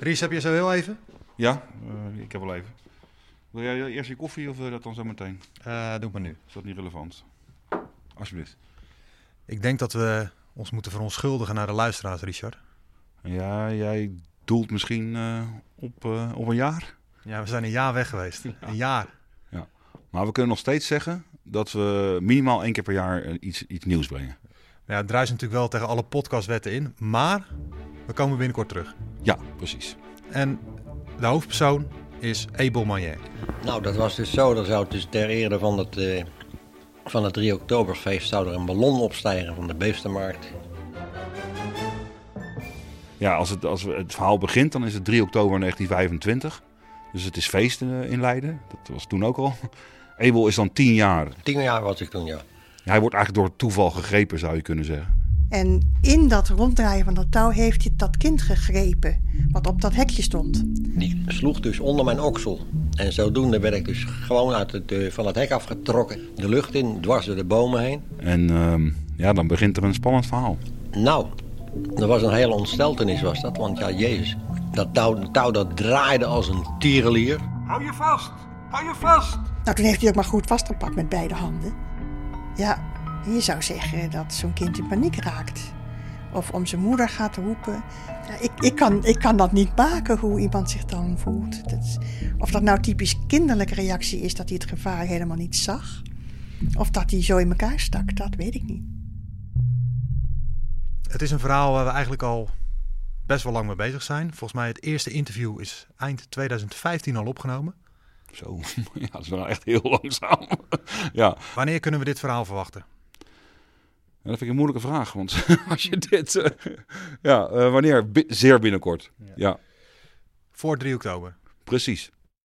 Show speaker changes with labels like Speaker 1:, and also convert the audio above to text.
Speaker 1: Ries, heb je zo heel even?
Speaker 2: Ja, eh, ik heb wel even. Wil jij eerst je koffie of eh, dat dan zo meteen?
Speaker 1: Eh, doe het maar nu.
Speaker 2: Is dat niet relevant? Alsjeblieft.
Speaker 1: Ik denk dat we ons moeten verontschuldigen naar de luisteraars, Richard.
Speaker 2: Ja, jij doelt misschien eh, op, eh, op een jaar.
Speaker 1: Ja, we zijn een jaar weg geweest. Een jaar.
Speaker 2: Maar we kunnen nog steeds zeggen dat we minimaal één keer per jaar eh, iets, iets nieuws brengen.
Speaker 1: Ja, het druist natuurlijk wel tegen alle podcastwetten in, maar we komen binnenkort terug.
Speaker 2: Ja, precies.
Speaker 1: En de hoofdpersoon is Abel Manier.
Speaker 3: Nou, dat was dus zo. Er zou dus ter ere van het, eh, van het 3 oktoberfeest zou er een ballon opstijgen van de Beestenmarkt.
Speaker 2: Ja, als het, als we- het verhaal begint, dan is het 3 oktober 1925. Dus het is feest eh, in Leiden. Dat was toen ook al. Ebel is dan 10 jaar.
Speaker 3: Tien jaar was ik toen, ja.
Speaker 2: Hij wordt eigenlijk door toeval gegrepen, zou je kunnen zeggen.
Speaker 4: En in dat ronddraaien van dat touw heeft hij dat kind gegrepen, wat op dat hekje stond.
Speaker 3: Die sloeg dus onder mijn oksel. En zodoende werd ik dus gewoon uit het, eh, van het hek afgetrokken. De lucht in, dwars door de bomen heen.
Speaker 2: En ehm, ja, dan begint er een spannend verhaal.
Speaker 3: Nou, er was een hele ontsteltenis was dat. Want ja, jezus, dat touw, touw dat draaide als een tierenlier.
Speaker 5: Hou je vast! Hou je vast!
Speaker 4: Nou, toen heeft hij ook maar goed vastgepakt met beide handen. Ja, je zou zeggen dat zo'n kind in paniek raakt. Of om zijn moeder gaat roepen. Ja, ik, ik, kan, ik kan dat niet maken, hoe iemand zich dan voelt. Dat is- of dat nou typisch kinderlijke reactie is, dat hij het gevaar helemaal niet zag. Of dat hij zo in elkaar stak, dat weet ik niet.
Speaker 1: Het is een verhaal waar we eigenlijk al best wel lang mee bezig zijn. Volgens mij het eerste interview is eind 2015 al opgenomen.
Speaker 2: Zo, ja, dat is wel echt heel langzaam. ja,
Speaker 1: Wanneer kunnen we dit verhaal verwachten?
Speaker 2: Ja, dat vind ik een moeilijke vraag, want als je dit... eh, ja, eh, wanneer? Bi- zeer binnenkort. Ja.
Speaker 1: Voor 3 oktober.
Speaker 2: precies.